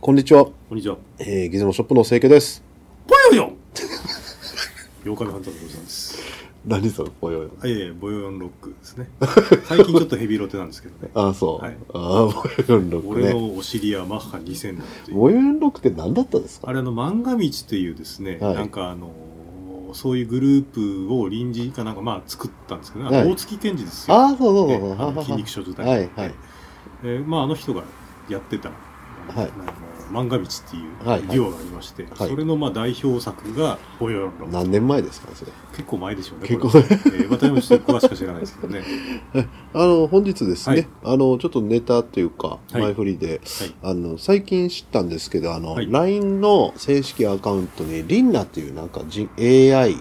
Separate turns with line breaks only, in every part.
こんにちは、
こんにちは。
えー、ギズモショップの清家です
ぽよよ妖怪ハンターでございます。
何それぽよよ
あ、いえいえ、ボヨヨンロックですね。最近ちょっとヘビロテなんですけどね。
ああそう、
はい
ああぽよよんロック
俺
ね
のお尻はマッハ2000だっていう。
ぽよよんロックって何だったんですか
あれ、あの、漫画道っていうですね、
はい
なんかあのーそういうグループを臨時かなんか、まあ、作ったんですけど、ね
はい
大月健二ですよ。
ああそうそう
ね
そう、
あ
はは
の
は
筋肉少女隊、
はいはい
えーまあ、あの人がやってた、あの
はい
あの漫画道っていう
はいはい
デュオがありまして、
はい
それのまあ代表作が「ボヨヨンロック」
何年前ですかそれ
結構前でしょうね
結構
これえー私もちょっと詳しく知らないですけ どね
あの本日ですね、
はい
あのちょっとネタというか
い
前振りで、
はい
あの最近知ったんですけどあの、
はい
LINE の正式アカウントにリンナっていうなんか人 AI
へ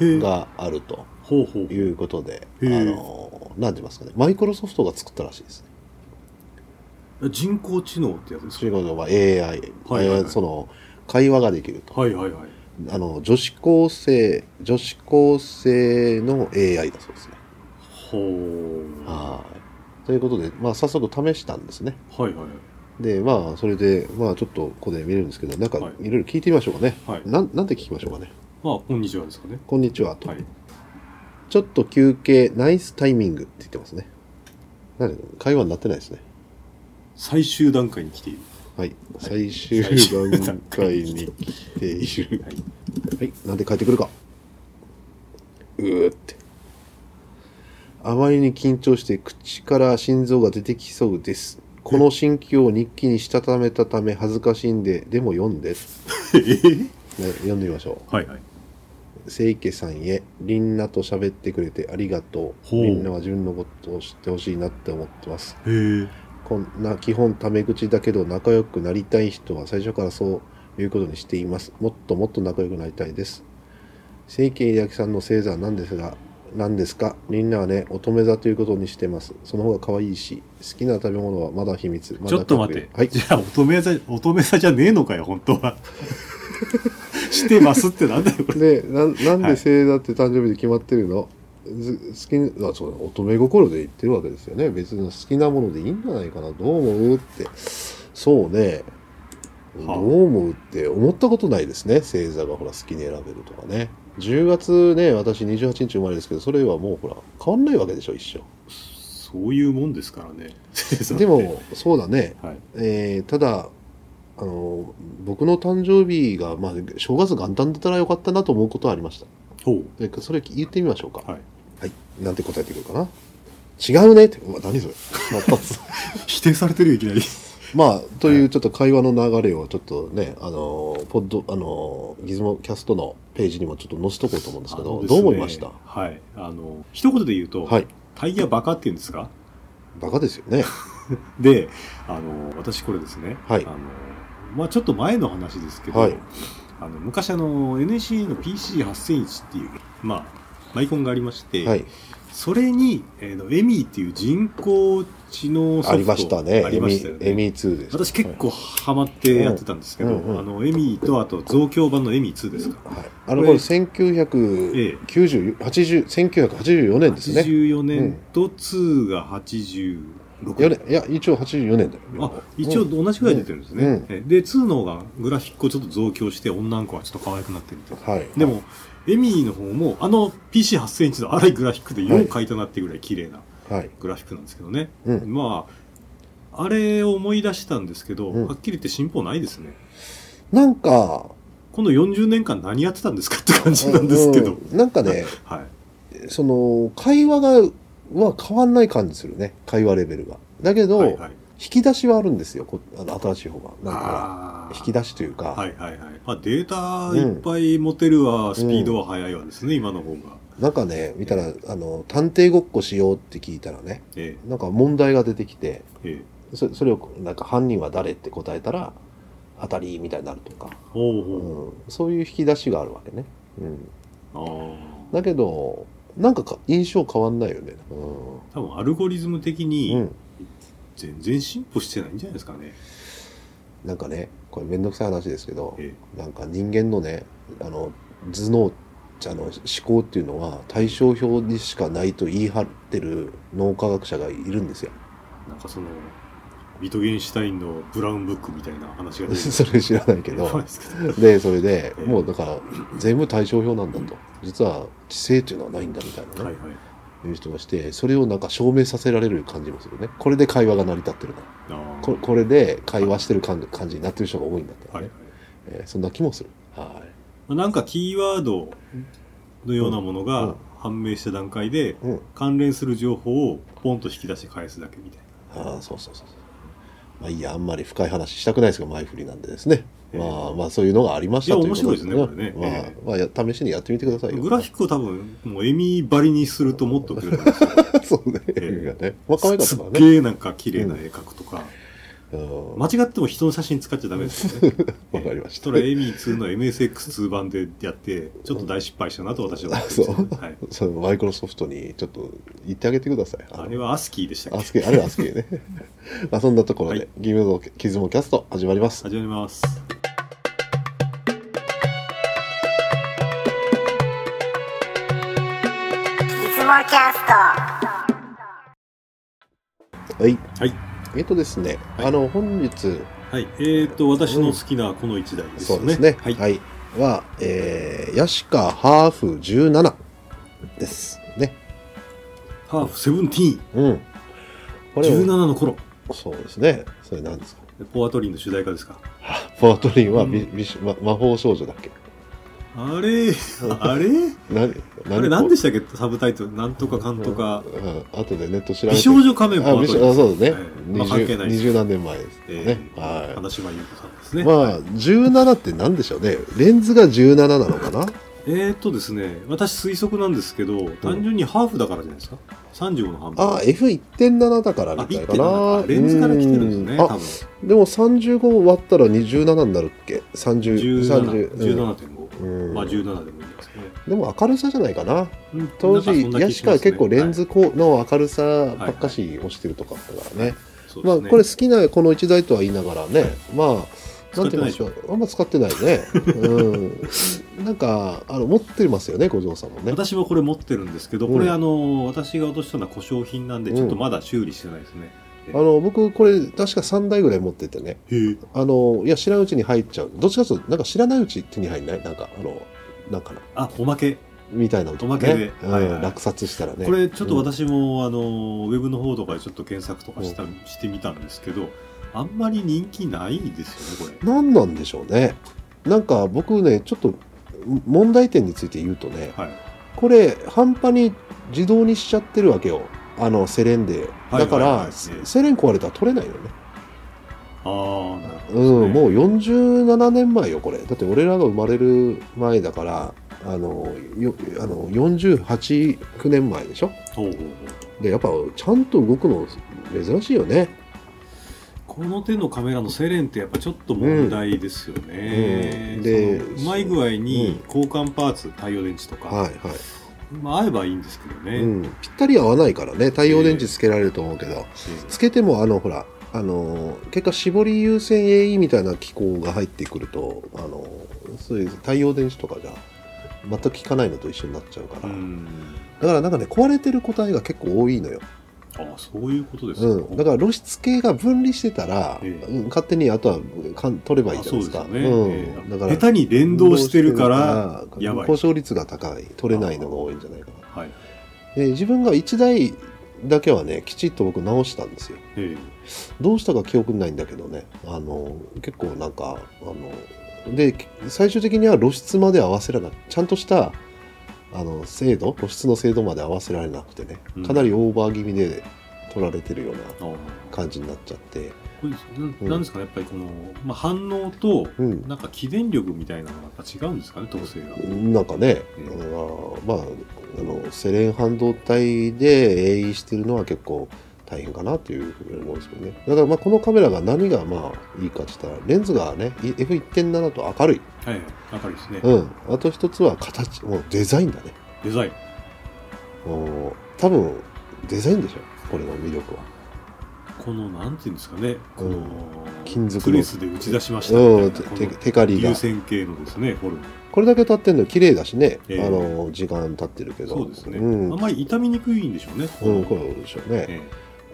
え
があると
ほうほう
いうことで、
へー
あのなんて言いますかねマイクロソフトが作ったらしいですね
人工知能ってやつです
そ
か
れは AI、はい
はいはい
その会話ができると
はいはいはい
あの女子高生女子高生の AI だそうですね
ほうは
はいということで、まあ、早速試したんですね
いはいはい
でまあそれでまあちょっとここで見れるんですけどなんか
はい
いろいろ聞いてみましょうかね、
はい
なんなんて聞きましょうかね
まあこんにちはですかね
「こんにちは」と、
はい
ちょっと休憩ナイスタイミング」って言ってますねなんで会話になってないですね
最終段階に来ている
はい最終
最
段
終段
階
階
に来ている
はい
はい、なんで帰ってくるか。うーって。あまりに緊張して口から心臓が出てきそうです。この心境を日記にしたためたため恥ずかしいんで、でも読んで。ね、読んでみましょ。
はいはいう
清家さんへ、みんなと喋ってくれてありがとう。
ほう
みんなは自分のことを知ってほしいなって思ってます。
へえ
こんな基本タメ口だけど仲良くなりたい人は最初からそういうことにしています。もっともっと仲良くなりたいです。清家秀明さんの星座なんですが、何ですかみんなはね、乙女座ということにしてます。その方が可愛いし、好きな食べ物はまだ秘密。まだ
ちょっと待って、
隠れはい
じ。ゃあ乙女座乙女座じゃねえのかよ本当は してますってなんだよこれ
でな、なんで
はい
星座って誕生日で決まってるの、ず好きなあそうだ乙女心で言ってるわけですよね別に好きなものでいいんじゃないかなどう思うってそうね、
はあ
どう思うって思ったことないですね星座がほら好きに選べるとかね10月ね私28日生まれですけどそれはもうほら変わんないわけでしょ一
そういうもんですからね
生でもそうだね、
はい
えーただあの僕の誕生日が、まあ、正月元旦だったらよかったなと思うことはありました
ほ
でそれ言ってみましょうか
うはい
はい、なんて答えてくるかな。違うねって、うわ、何それ。また
否定されてるよいきなり
まあ、というちょっと会話の流れをちょっとね、あのー、ポッド、あのー、ギズモキャストのページにもちょっと載せとこうと思うんですけ
あの
ど、
です
ど
ね
う思いました
はい。あの、一言で言うと、
はい。
タイヤバカって言うんですか
バカですよね。
で、あの、私これですね、
はい
あの、まあちょっと前の話ですけど、
はい
あの昔あの、NEC の PC8001 っていう、まあ、マイコンがありまして、
はい。
それに、えーの、エミーっていう人工知能ソフト
ありましたね。
あ
エ
りま
ミ、
したよ
エ
ね。
ミ2です。
私結構ハマってやってたんですけど、
うんうん
あの、エミーとあと増強版のエミー2ですか。
はい。はい。あの、これ1990、80 1984年ですね。
84年と2が86
四年いや、一応84年だよ。
あ一応同じぐらい出てるんですね、
うん
えで2の方がグラフィックをちょっと増強して女の子はちょっと可愛くなってるみたいな
はい。
でもエミーの方もあの PC8000 インチの荒いグラフィックで
はい
よく描いたなってぐらい綺麗な
はい。
グラフィックなんですけどね、
うん。
まああれを思い出したんですけど、
うん
はっきり言って進歩ないですね
なんか、
この40年間何やってたんですかって感じなんですけど、
うんなんかね、
はい
その会話がは変わんない感じするね会話レベルがだけど、
はいはい
引き出しはあるんですよこあの新しい方がなんか
あー
引き出しというか、
はいはいはい、まあ、データいっぱい持てるわ、スピードは速いわですね今の方が、
なんかね見たらあの探偵ごっこしようって聞いたらね
え
なんか問題が出てきて
えええ
そそれをなんか犯人は誰って答えたら当たりみたいになるとか、
ほう
う、
ほうん
そういう引き出しがあるわけね、うん、
ああ
だけどなんかか印象変わんないよねうん
多分アルゴリズム的
う
に
ん
全然進歩してないんじゃないですかね、
なんかねこれめんどくさい話ですけど、
え
なんか人間のねあの頭脳あの思考っていうのは対象表にしかないと言い張ってる脳科学者がいるんですよ。
えなんかそのビトゲンシュタインのブラウンブックみたいな話が出 て
それ知らないけ
そう
ど
ですけど
でそれで
ええ
もうだから全部対照表なんだと実は知性っていうのはないんだみたいなね、
はい
い、
はい。
う人がしてそれをなんか証明させられる感じもするねこれで会話が成り立ってるな
あー
ここれで会話してる感感じになってる人が多いんだったら
はい
ね、
はい。
えーそんな気もするは
まあなんかキーワードのようなもの
うんう
が
ん
判明した段階で、
い、うん、
関連する情報をポンと引き出して返すだけみたいな。
ああそうそうそうそうまあいいやあんまり深い話したくないですが前振りなんでですね、
ええ
まあまあそういうのがありました
いや
ということ
面白いですねこれねええ
まあ、まあや、試しにやってみてくださいよ
グラフィックを多分、もうエミばりにするともっとくれたんですよ。
そうね、
ええ
がねまあ可愛かっ
す
た
っ
からね、
げえなんか綺麗な絵描くとか、
うん、
間違っても人の写真使っちゃダメですよね。
わかりました
それはエミ2の MSX2 版でやって、ちょっと大失敗したなと私は思ってます、
うんあそう
はい。
そのマイクロソフトにちょっと言ってあげてください
あれはアスキーでしたっ
ア
け
スケあれはアスケ ねまあそんなところで、
はい
ギムのキズモキャスト始まります
始まります。
は
いつもキャスト
い
はい。
えっとですね、
はい
あの本日
はい。えー、と、私の好きなこの一台です
そ
よ
う
ね。
ですね
はい。
はい、は、えー、ヤシカハーフ17ですね
ハーフセブンティーン、
うんこれ
17の頃、
そうですねそれなんですか
ポアトリンの主題歌ですか。
ポートリンはビ、
う
ビシュま、魔法少女だっけ
あれあれ
何
あれ何で
し
したっけサブタイトル。なんとかかんとか。
あとでネット調べ
美
て
少女仮面ポ
あ
ア
美
トリ
少
ン。
あそうですね、
はい
二
まあ関係
十
ないです
二十何年前ですね、
えー
は
花島優子さんです
い
ね。
まあ17って何でしょうねレンズが17なのかな
えー、っとですね、私推測なんですけど、単純にハーフだからじゃないですか。35の半分。
あ F1.7 だから
あ、
み
ビ
たい
ッ
か
てな
なん
かレンズから来てるんですね、
う
多
あ
分。
でも35割ったら27になるっけ30
17
30
17.5。
うん
まあ17でもいいんですけどね
でも明るさじゃないかな
うん。
当
なんか
時
そんな気
ヤ
が
シ
し
カ
ま
は
すね
結構レン、ズこうの明るさばっかし押してるとかだからね
そうで
ますあ
ね
これ好きなこの一台とは言いながらねまあなんて言いますかあんま使ってないねうんなんかあの持ってますよね五条さんもね
私もこれ持ってるんですけど、
うん
これあの私が落としたのは故障品なんで
うん
ちょっとまだ修理してないですね、
あの僕これ確か3台ぐらい持っててね
へえ
あのいや知らんうちに入っちゃうどっちかというとなんか知らないうち手に入んないなんかあのなんかな
あおまけ、
みたいな音
おまけで
うん
はいはい
落札したらね
これちょっと私も、あのウェブの方とかでちょっと検索とかした、してみたんですけどあんまり人気ないですよねこ
何なんでしょうねなんか僕ねちょっと問題点について言うとね
れはい
これ半端に自動にしちゃってるわけよあのセレンで
はいはいはい
だから、
ええ
セレン壊れたら取れないよね
ああなるほど
うん、
ね
もう47年前よこれだって俺らが生まれる前だからあのよあの489年前でしょ
ほうほうほう
でやっぱちゃんと動くの珍しいよね
この手のカメラのセレンってやっぱちょっと問題ですよね、
うんで
そのうまい具合に交換パーツ、太陽電池とか、
はいはい
まあ合えばいいんですけどね、
うん、ぴったり合わないからね太陽電池つけられると思うけど、つけてもあのほらあのー結果絞り優先 AE みたいな機構が入ってくるとあのーそういう太陽電池とかじゃ全く効かないのと一緒になっちゃうか
う
ら、
ん
だからなんかね壊れてる個体が結構多いのよ、
あそういうことですか、
うん、だから露出系が分離してたら、
ええ
うん勝手にあとはかん取ればいいじゃないですか
あそうですよ
う
ね、え
ん、
え
だから
下手に連動してるから、
連動してるから
やばい
故障率が高い取れないのが多いんじゃないかな
はい
で自分が1台だけはねきちっと僕直したんですよ
え
どうしたか記憶にないんだけどねあの結構なんかあので最終的には露出まで合わせられなちゃんとしたあの精度露出の精度まで合わせられなくてね
うん
かなりオーバー気味で取られてるような
えあ
感じになっちゃって、
これ
うん
ななんですかねやっぱりこの、まあ、反応と
うん、
なんか起電力みたいなのがやっぱ違うんですかね特性が、
なんかね、
ええ
あのまああのセレン半導体で AE してるのは結構大変かなというふうに思うんですけどねだからまあこのカメラが何がまあいいかって言ったらレンズがね F1.7 と明るい
はいはい明るいですね、
うん、あと一つは形もうデザインだね
デザイン
もう多分デザインでしょこれの魅力は
このなんていうんですかねこの、
うん金属の
プレスで打ち出しました
うん
みた
て
いな、
て
この
テカリが
流線形のですねフォルム
これだけ経ってるの綺麗だしね、
ええ
あの時間経ってるけど
そうですね、
うん
あんまり傷みにくいんでしょうね
うん、これでしょうね、
え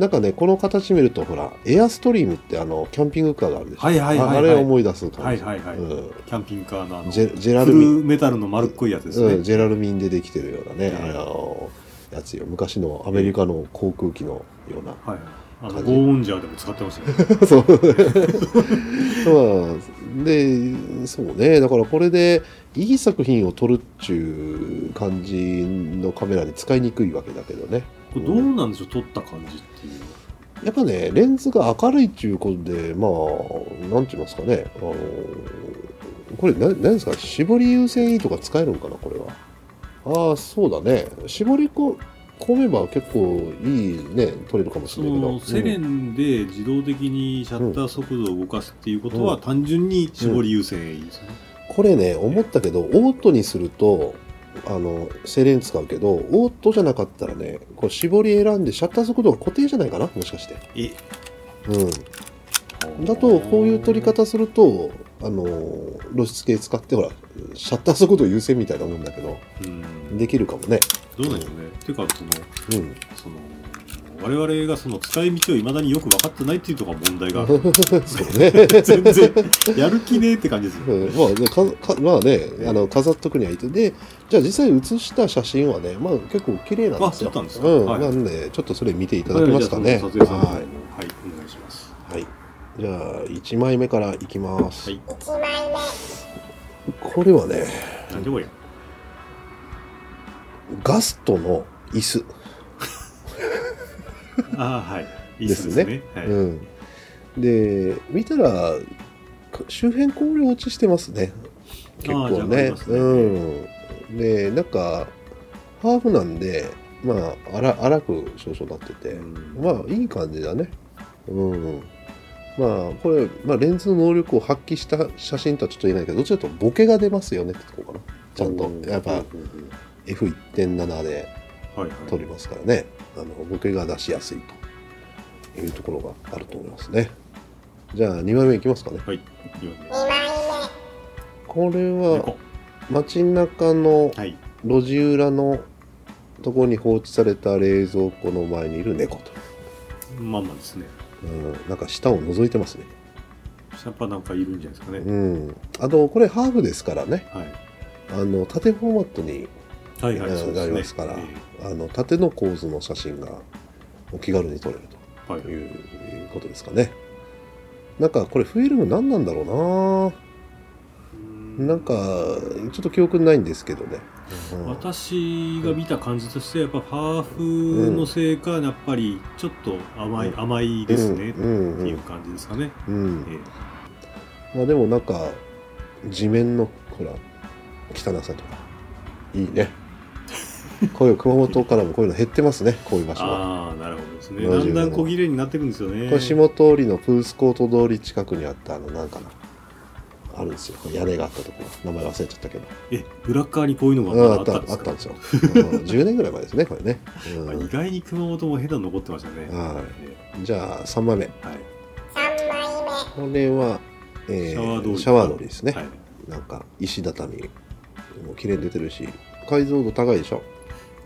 なんかね、この形見ると、ほら、エアストリームってあの、キャンピングカーがあるでしょ。
はいはいはいはい
ああれを思い出す感
はい
じ。
はいはい、
うん
キャンピングカーのあの
ジェジェラ
フ
ル
ル
ミン、
メタルの丸っこいやつですね、
うん、ジェラルミンでできてるようなね、
うん
あのやつよ。昔のアメリカの航空機のような。
はいあの
感じ
ゴーオンジャーでも使ってました ね
そう。まあ、で、そうね。だからこれで、いい作品を撮るっちゅう感じのカメラで使いにくいわけだけどね。
これどうなんでしょう撮った感じっていう
やっぱね、レンズが明るいっていうことで、まあ、なんて言いますかね、あのこれ、ななんですか、絞り優先 E とか使えるんかな、これは。ああ、そうだね。絞りこ込めば結構いいね、撮れるかもし
そ
れないけど。
のセレ
うん
ンで自動的にシャッター速度を動かすっていうことは
うん
単純に絞り優先ですね、
これね、思ったけど、オートにすると、あの、セレン使うけど、オートじゃなかったらね、こう絞り選んで、シャッター速度が固定じゃないかな、もしかして。
え
うん。だとこういう取り方するとあの露出系使ってほらシャッター速度優先みたいなもんだけど
うん
できるかもね
どうなんでしょうねていうかその
うん
その我々がその使い道をいまだによく分かってないっていうところが問題がある
そうね、
全然やる気ねえって感じですよ、
うん、まあねかかまあねあの飾っとくにはいいとでじゃあ実際写した写真はねまあ結構綺麗なんですよ
あそうなんですか
うん
はい
なんでちょっとそれ見ていただけますかね
じゃあその撮影さんの方
は
もはい、お願いします
い、はい、じゃあ1枚目からいきます、
はい
1枚目
これはね
何でもや
ガストの椅子
ああはいいいですね
で
はい、
うん、で見たらか周辺香料落ちしてますね結
じゃ
構
ああり
ね
ますね
うんでなんかハーフなんでまあ荒荒く少々なってて、
うん
まあいい感じだねうんまあこれ、まあ、レンズの能力を発揮した写真とはちょっと言えないけどどっちらかというとボケが出ますよねってとこかなちゃんとやっ
は
ぱ
い
F1.7 で
はい
取りますからね、あのボケが出しやすいというところがあると思いますね。じゃあ2枚目いきますかね。
はいいいよ
2枚
これ
ね
は
猫
街中の
はい
路地裏のところに放置された冷蔵庫の前にいる猫と。
まんまですね
うん、なんか舌を覗いてますね。
やっぱなんかいるんじゃないですかね、
うん。あと、これハーフですからね。
はい
あの、縦フォーマットに
はいはい、
うん
そう
なりま
ですす
か
ね
ら。
え
あの、縦の構図の写真がお気軽に撮れると。
えはい
といういうことですかね。なんかこれフィルム何なんだろうななんかちょっと記憶にないんですけどね。うん
私が見た感じとしてやっぱハーフのせいかやっぱりちょっと甘い、
うん
甘いですね、
う
っ
ん
て
うん
いう感じですかね、
うんうん
え
まあでもなんか地面のほら汚さとかいい ね。こういう熊本からもこういうの減ってますねこういう場
え
所は。
ああなるほどですね
路
だ
地
ん
裏
だ
の
ん小切れになってくんですよね
これ下通りのプースコート通り近くにあったあのなんかなあるんですよ屋根があったとこ名前忘れちゃったけど
え裏側にこういうの
うん
が
あ
ま
っ
だ
た
あ
あ
ったん
っ
で
た
す
ん
か
ですよ、うん10年ぐらい前ですねこれね、うん
まあ意外に熊本も下手に残ってましたね、
は
え
い、じゃあ3枚目
えはい
目3枚
これ
目
は、え
シャワー通り
シャワー通りですね、
はい、
なんか石畳も綺麗に出てるし解像度高いでしょ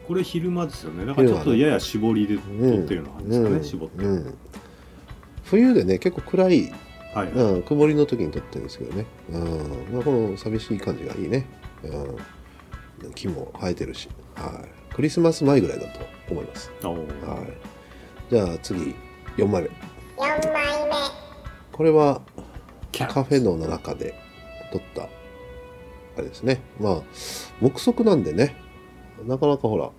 これ昼間ですよねだからちょっとやや絞りで撮ってるような感じですかね、
うん
絞って、
うん冬でね結構暗い、
はい、
うん、曇りの時に撮ってるんですけどね、うんまあ、この寂しい感じがいいね、うん、木も生えてるし、はい、クリスマス前ぐらいだと思います、
あお
はい、じゃあ次4枚目
4枚目
これは
キャッ
カフェの中で撮った、あれですね。まあ、目測なんでね、なかなかほら、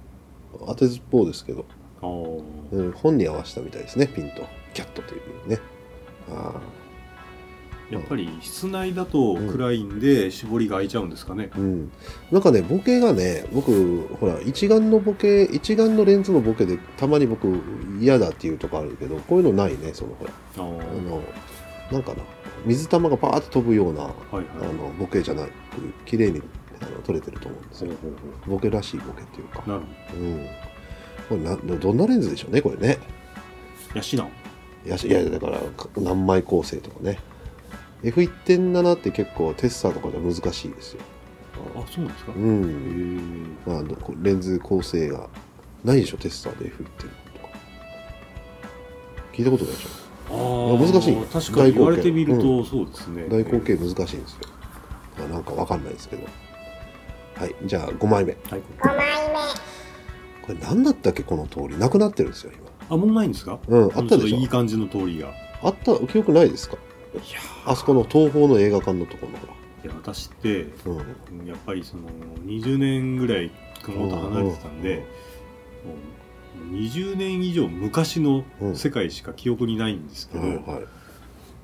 当てずっぽうですけど、
あお
うん、本に合わせたみたいですね、ピンと。キャットというね。あ
やっぱり室内だと暗いんで絞りが開いちゃうんですかね
あ、うん。なんかね、ボケがね、僕、ほら、一眼のボケ、一眼のレンズのボケで、たまに僕、嫌だっていうとこあるけど、こういうのないね、そのほら、
あお
あの、なんかな、水玉がパーッと飛ぶような、
はい
あ
はい
の、ボケじゃない、綺麗にあの撮れてると思うんです
ほ
よ
う。ほうほ
ボケらしいボケっていうか
う。なるほ
うん。これな、どんなレンズでしょうね、これね。
どヤシナ
いや、いやだから、か何枚構成とかね。F1.7 って結構テッサーとかじゃ難しいですよ。
あそうなんですか、
う
へ
ん。
え
まあ、どこレンズ構成がないでしょ、テッサーで F1.7 とか。聞いたことないでしょ
あー
難しい
確か
大口径
に言われてみるとそうですね、
大口径難しいんですよ、まあ、なんかわかんないですけどはいじゃあ5枚目
はい
5枚目
これ何だったっけこの通りなくなってるんですよ今
あもうないんですか
うんあったで
ち
し
ょ
ょ
といい感じの通りがい
あった記憶ないですか
や
あそこの東宝の映画館のところのほ
いや私って
らうん
やっぱりその20年ぐらい熊本離れてたんでもう20年以上昔の世界しか記憶にないんですけ
う
ど、
んはいはい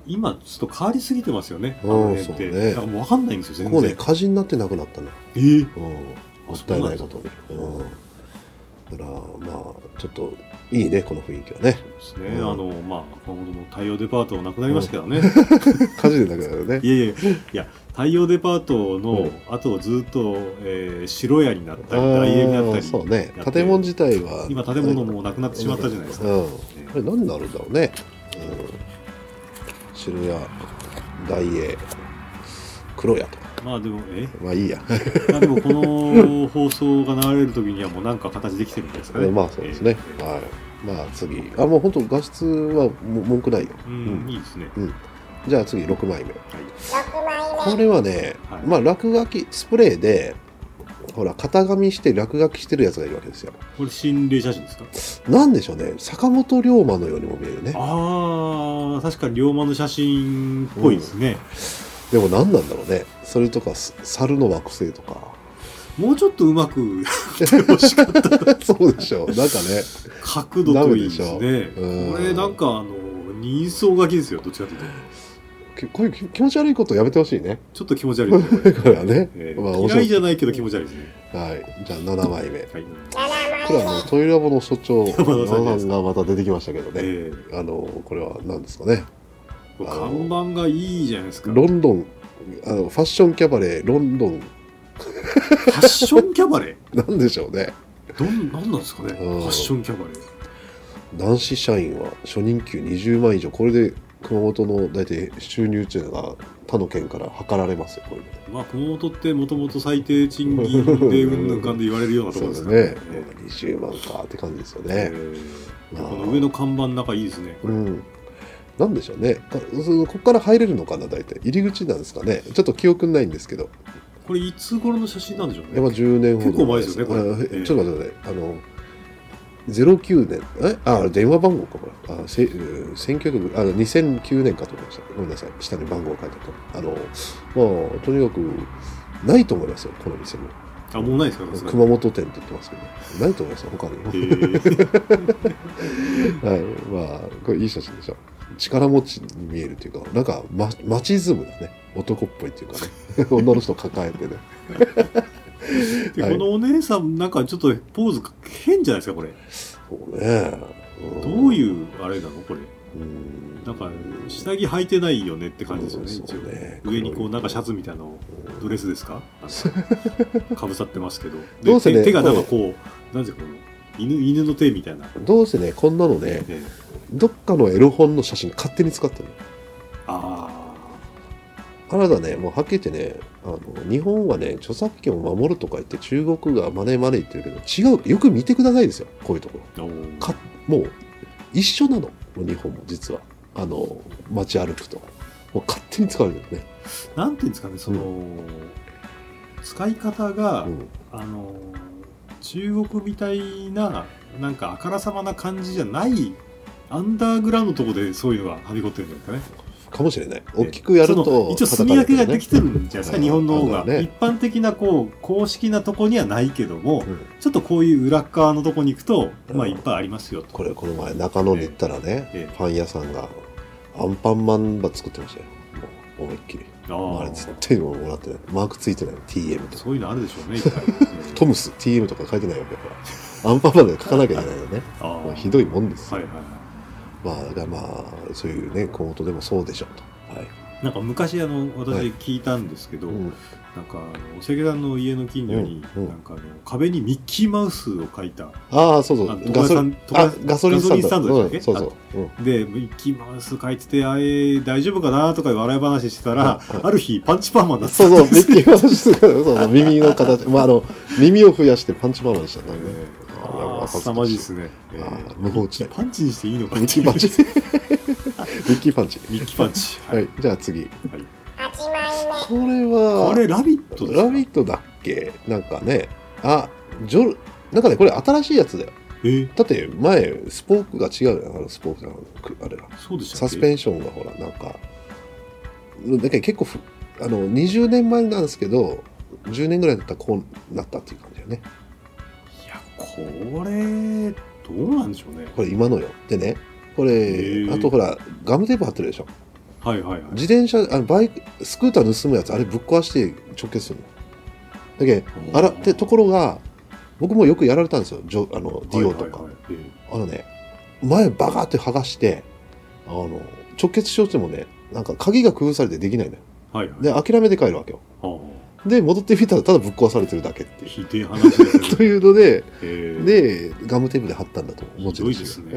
今ちょっと変わりすぎてますよね、
うん
あの辺って
そうね
だからもう分かんないんですよ
こ
全
こね
然
火事になってなくなったね
えー
うんも
あ
っ
そ
た
う
い
なん
な
で
い
す
こと
か
にうんだからまあちょっといいねこの雰囲気は ね
そうですね、
うん
あのまあ熊本の太陽デパートはなくなりましたけどね、
火事でなくなるよね
いやいやいや太陽デパート
う
の後をずっと、えー白屋になったり大英になった
あー
り
そうね
やって
建物自体は
今建物もなくなってしまったじゃないですか、
うん、これ何になるんだろうね、うん、白屋大英黒屋とか
まあでもえ
まあいいや、
まあでもこの放送が流れる時にはもうなんか形できてるんじゃないですかね
まあそうですね、
えー
はいまあ次あもう本当画質はも文句ないよ
うん、
うん
いいですね
じゃあ次6枚目
6枚
こ
目
れはね、
はい
まあ落書きスプレーでほら型紙して落書きしてるやつがいるわけですよ
これ心霊写真ですか
なんでしょうね坂本龍馬のようにも見えるね
ああ確かに龍馬の写真っぽいですね、
でも何なんだろうねそれとかす猿の惑星とか
もうちょっとうまくやってほしかった
そうでしょなんかね
角度といいです
ダ
ね
しょうん
これなんかあの人相書きですよどっちかという
き
と
こういう気気持ち悪いことやめてほしいね
ちょっと気持ち悪いですねこ れ
だからね、
え
まあ
ー
面白
嫌
い
いじゃないけど気持ち悪いですね、
はいじゃあ7枚目
はい
7
これ
枚
はあの
目
トイラボの所長
山田さん
山田さんがまた出てきましたけど
え
ね、
ー
あのこれは何ですかね
これ看板がいいじゃないですか
ロンドンあのファッションキャバレーロンドン
ファッションキャバレー
なんでしょうね
どんなんなんですかね、
ん
ファッションキャバレー。
男子社員は初任給20万以上これで熊本の大体収入っていうのが他の県から測られますよこれで
まあ、熊本ってもともと最低賃金でうんぬんかんで言われるようなとこ
そ
ろ
う
で
ですす
から
ね20万かって感じですよね
え、
まあ
ーこの上の看板の中いいですね。こ
う
れ
んなんでしょうねかそのここから入れるのかな大体入り口なんですかねちょっと記憶にないんですけど
これいつ頃の写真なんでしょう
やっぱ
ね。
10年ほど前
結構前ですよねこれ
あえちょっと待ってくださいあの09年えあ電話番号かこれあせえー1900あの2009年かと思いましたごめんなさい下に番号書いてあったあのまあとにかくないと思いますよこの店も
あ、もうないですか、さすがに
熊本店って言ってますけどないと思いますよ他にも、
えー
はいまあこれいい写真でしょ力持ちに見えるというかなんか、ま、マチズムだね男っぽいっていうかね 女の人抱えてね
で
はい
このお姉さん、なんかちょっとポーズ変じゃないですか、これ。
そうね
どう
う
いうあれなの、これ。
ん
なんか、下着履いてないよねって感じです
そ
よ
うそうね、
ね一応。上にこう、なんかシャツみたいなのをドレスですかあのかぶさってますけど。で
どうせね
手手がなんかこう、なんていうかこの、犬犬の手みたいな。
どうせねこんなのね
ええ
どっかのエロ本の写真勝手に使ってる
あ
あなたねもうはっきり言ってねあの日本はね著作権を守るとか言って中国がマネーマネー言ってるけど違うよく見てくださいですよこういうところ
あ、おー
かもう一緒なの日本も実はあの街歩くともう勝手に使われてるね、
なんていうんですかね、その、使い方が、
うん
あの、中国みたいな、なんかあからさまな感じじゃない、アンダーグラウンドのとこでそういうのがはびこってるんじゃないですかね。
かもしれない大きくやる
その
と
一応
叩かれ
墨
て
分け
るね
ができてるんじゃないですか、
うん
日本の方
あ
が、
んだね
一般的なこう公式なとこにはないけども、
うん
ちょっとこういう裏側のとこに行くと、まあ
うん
いっぱいありますよと。
これこの前中野に行ったらね、
ええ
パン屋さんがアンパンマンば作ってましたよもう思いっきり
あ
あれ
ー
絶対もらってないマークついてない TM とか
そういうのあるでしょうね、いっぱい。
トムス TM とか書いてないわけだからアンパンマンで書かなきゃいけないよね
あー
まあひどいもんです
は
よ、
いはいは
まあだからまあそういうねコートでもそうでしょうとはい、
い。なんか昔あの私
はい
聞いたんですけど、
うん
なんかあのおせげさんの家の近所に、
うんうん
なんかあの壁にミッキーマウスを描いた
ああそうそ
あ
う
の
ガソリン
床屋
あ
さん
ガソリンスタンド
ガソリンスタンドでしたっ
うんそう
け
そう、うん
でミッキーマウス描いててあえ大丈夫かなとか笑い話してたら、
うん
ある日パンチパーマンだった
そうそう、ミッキーマウスが、そうそう、耳の形、まあ、あの、耳を増やしてパンチママでしたからね。
え
あいやもう恥ずかしい
凄まじいですね。
あー無法地帯
パンチにしていいのか
ミッキーパンチミッキーパンチ
ミッキーパンチ。
は
はいい。
じゃあ次
8枚
これは
あれ、ラビットですか
ラビットだっけなんかねあジョルなんかねこれ新しいやつだよ
えー
だって前スポークが違うよあのスポークだからあれが
そうでした
サ
っけ
スペンションがほらなんかだけど結構ふあの20年前なんですけど10年ぐらいだったらこうなったっていう感じだよね
いや、これ、どうなんでしょうね。
これ今のよでねこ
へ
れ
ー
あとほらガムテープ貼ってるでしょ
はいはいはい。
自転車あのバイクスクーター盗むやつあれぶっ壊して直結するのだけどあらってところが僕もよくやられたんですよジョあのディオとか、
はいはいはいえー
あのね前バカって剥がしてあの直結しようとしてもねなんか鍵が工夫されてできないのよ
はいはい。
で諦めて帰るわけよ
ああ
で戻ってみたらただぶっ壊されてるだけっていう
ひでえ話です ね。
というので
えー、
でガムテープで貼ったんだと思っ
ひ
て
ど
る
い
し
ですね。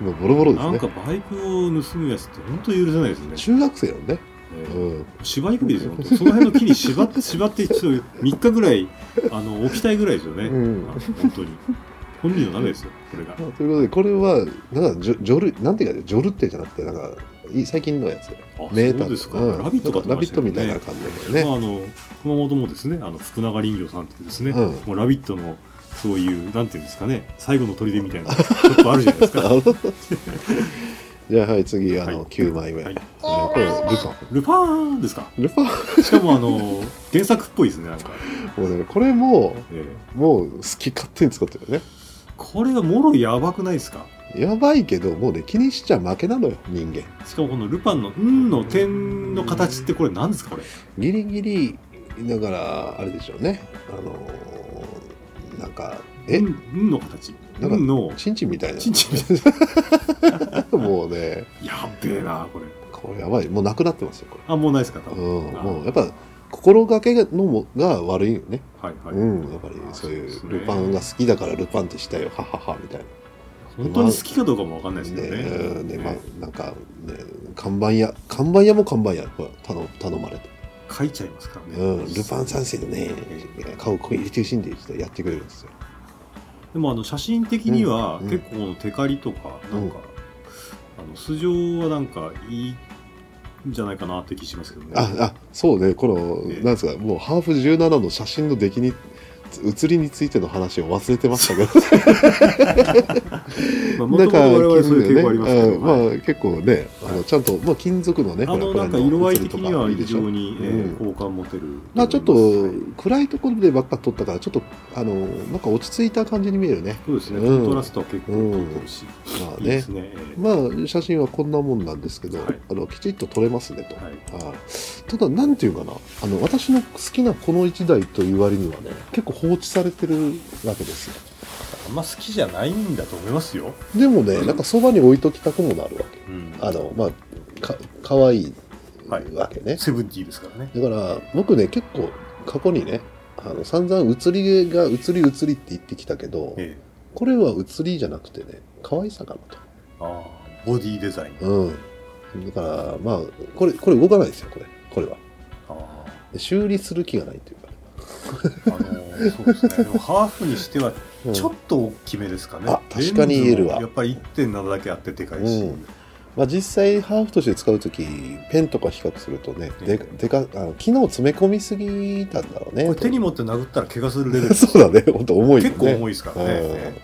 もうボロボロで
な
す
ん
ね
かバイクを盗むやつって本当許せないですね。
中学生なのね、
え
う
ー
ん、
芝居首ですよ、本当その辺の木に 縛って、縛って、ちょっと3日ぐらい、あの、置きたいぐらいですよね。
うん
あの本当に。本人の鍋ですよ、これが。
まあということでこれはなんかジョジョルなんていうかジョルってじゃなくてなんかい最近のやつ
あ
メーター
そうですか。
うん
ラビットかと
ラビ
思ま
ッ
し
ト
けど
みたいな
ね
感じだよね
まあ、あの熊本もですねあの福永林業さんってですね、
うん
もうラビットのそういうなんていうんですかね最後の砦みたいなのがちょっとあるじゃないです か。
じゃあはい次あの
はい
9枚目、
はい
えーこれル
ルパンですか。
パンルパン
しかもあの原作っぽいですねなんか、
もうねこれも
ええ
もう好き勝手に使ってるよね
これがもろやばくないですか。
やばいけどもうね気にしちゃ負けなのよ人間
しかもこのルパンの「ん」の点の形ってこれ何ですかこれ。
ギリギリだからあれでしょうねあのーなんかえ
ん」んの形。
なんか
んの
チンチンみたいな
ちんちんみ
もうね
やっべえなこれ。
これやばいもうなくなってますよこれ
あもうないですか多
うん
分。
もうやっぱ心がけのもが悪いよね、
はいはい。
うんやっぱりそういうルパンが好きだからルパンってしたよはははみたいな
本当に好きかどうかもわかんないですけ
ね
どね。
えね
ええ
まあなんかね看板屋看板屋も看板屋ほら頼頼まれて、
書いちゃいますからね。
うん、ルパン三世のね顔ここに入れてほしいんでってやってくれるんですよ
でもあの写真的には
うん
結構このテカリとか
う
なんんか、あの素性はなんかいいんじゃないかなって気しますけどね。
ああそうねこの、
ね
なんですかもうハーフ17の写真の出来に写りについての話を忘れてましたけど
まあ、もともと我々そういう傾向ありますけ
ね
ど、はい
まあ結構ねあのちゃんと、まあ、金属のね
あ
ほ
の
ら
なんか色合い
フライ
的
パンの
に
写
は
りとかいい
非
でしょ
常に、えー
う
好感持てる。
まあちょっと
はい
暗いところでばっか撮ったからちょっとあのなんか落ち着いた感じに見えるね
そうですね、
うん
コントラストは結構取ってるし、
まあ
いいで
ね
すね。えー
まあ写真はこんなもんなんですけど、
はい
あのきちっと撮れますねと、
はい
ああただなんていうかなあの私の好きなこの1台という割にはね結構放置されてるわけですよ
あんま好きじゃないんだと思いますよ。
でもねなんかそばに置いときたくもなるわけ
うん、
あのまあかかわいい
はい
わけね、
セブンティーですからね。
だから僕ね結構過去にねあの散々移りが移り移りって言ってきたけど、
え
これは移りじゃなくてね可愛さかなと
ーあーボディデザイン。
うん。だから、まあ、これ、これ動かないですよ、これ。これは。
あー
で修理する気がないというか。
あのーそうですね。でもハーフにしては
うん
ちょっと大きめですかね。
あ確かに言えるわ
レンズもやっぱり1.7だけあってでかいし、
うんまあ、実際、ハーフとして使うとき、ペンとか比較するとね、ででかあの機能詰め込みすぎたんだろうね。。
これ手に持って殴ったら怪我するレベル
そうだね、本当重いよね。
結構重いですからね。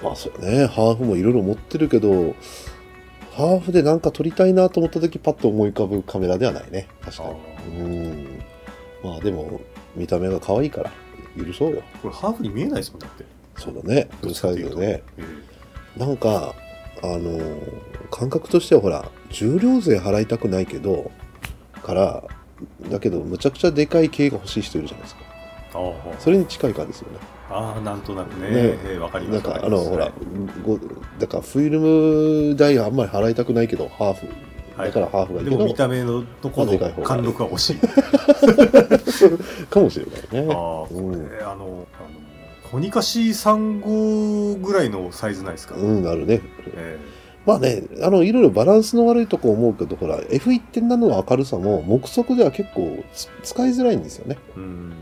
うんまあ、そうね、ハーフもいろいろ持ってるけど、ハーフでなんか撮りたいなと思ったとき、パッと思い浮かぶカメラではないね。確かに。うん。まあ、でも、見た目が可愛いから、許そうよ。
これハーフに見えないですもんだって。
そうだね、
どっち
サ
か
イ
っ
ズ
てい
よ
うと
ね。
え
なんか、あのー感覚としてはほら、重量税払いたくないけど、から、だけど、むちゃくちゃでかい系が欲しい人いるじゃないですか。
ーあー
それに近い感じですよね。
あーなんとなくね。
ね
えーわ、かりま
なん
す。
か、あ
わりま
の、
す
ほ
は
ら
い、
ごだからフィルム代あんまり払いたくないけど、ハーフ。
はい
だからハーフがいい
で
け
も
ど、
見た目のとこ
まあでかい方
の
が
貫禄は欲し い。
かもしれない
ああ
ね。
これ、
うん
あのあのコニカ C35 ぐらいのサイズないですか。
うん、なるね。
え
まあね、あの、いろいろバランスの悪いとこ思うけど、ほら、F1.7 の明るさも、目測では結構つ使いづらいんですよね。
ーうん。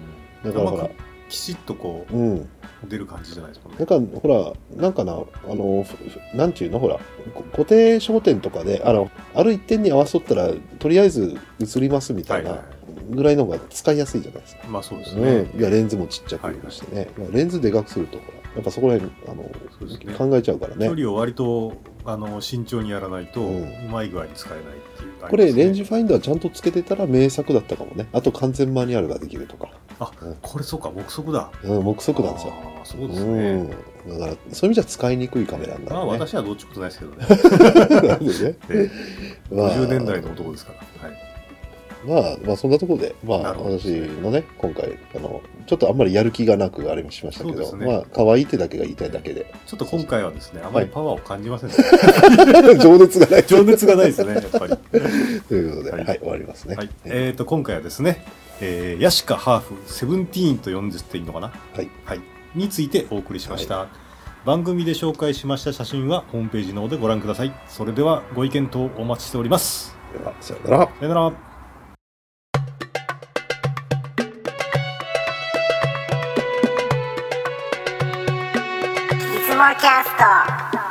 だからほ
ま
ら
あ、きちっとこ
うん。
う出る感じじゃないですかね
なんか、ほら、なんかな、あの、ふふなんていうの、ほら、こ固定商店とかで、あの、ある一点に合わせとったら、とりあえず映りますみたい
はい
な
は
ぐらいの方が使いやすいじゃないですか。
まあそうですね、
うん、いやレンズもちっちゃくしてね、まあレンズでかくするとほらやっぱそこら辺あの、
そうですね
考えちゃうからね
距離を割とあの慎重にやらないと、
う
うんまい具合に使えないっていう感
こ
じで
れ
すね
レンジファインダーちゃんとつけてたら名作だったかもねあと完全マニュアルができるとか、
これそうか目測だ
うん、目測なんですよ
あーそうですね、
うん、だからそういう意味じゃ使いにくいカメラにな
まあ
るね。
私はどっちことないですけど ね
なんでね
で
まあ
50年代の男ですから、はい、
まあ、まあ、そんなところで、ま
な
あ、
るほど
私のね、今回、あの、ちょっとあんまりやる気がなくあれもしましたけ
そうで
ど、
すね
まあ、可愛いってだけが言いたいだけで、
ちょっと今回はですねあまりパワーを感じませんね、
情熱がない。
情熱がない ですねやっぱり
ということで、は、
はいい
終わりますね。
はい、えー、と今回はですね、えー、ヤシカハーフセブンティーンと呼んでっていいのかな、
はい
についてお送りしました、番組で紹介しました写真はホームページの方でご覧くださいそれではご意見等お待ちしております
では、さよなら。
さよなら
いつもキャスト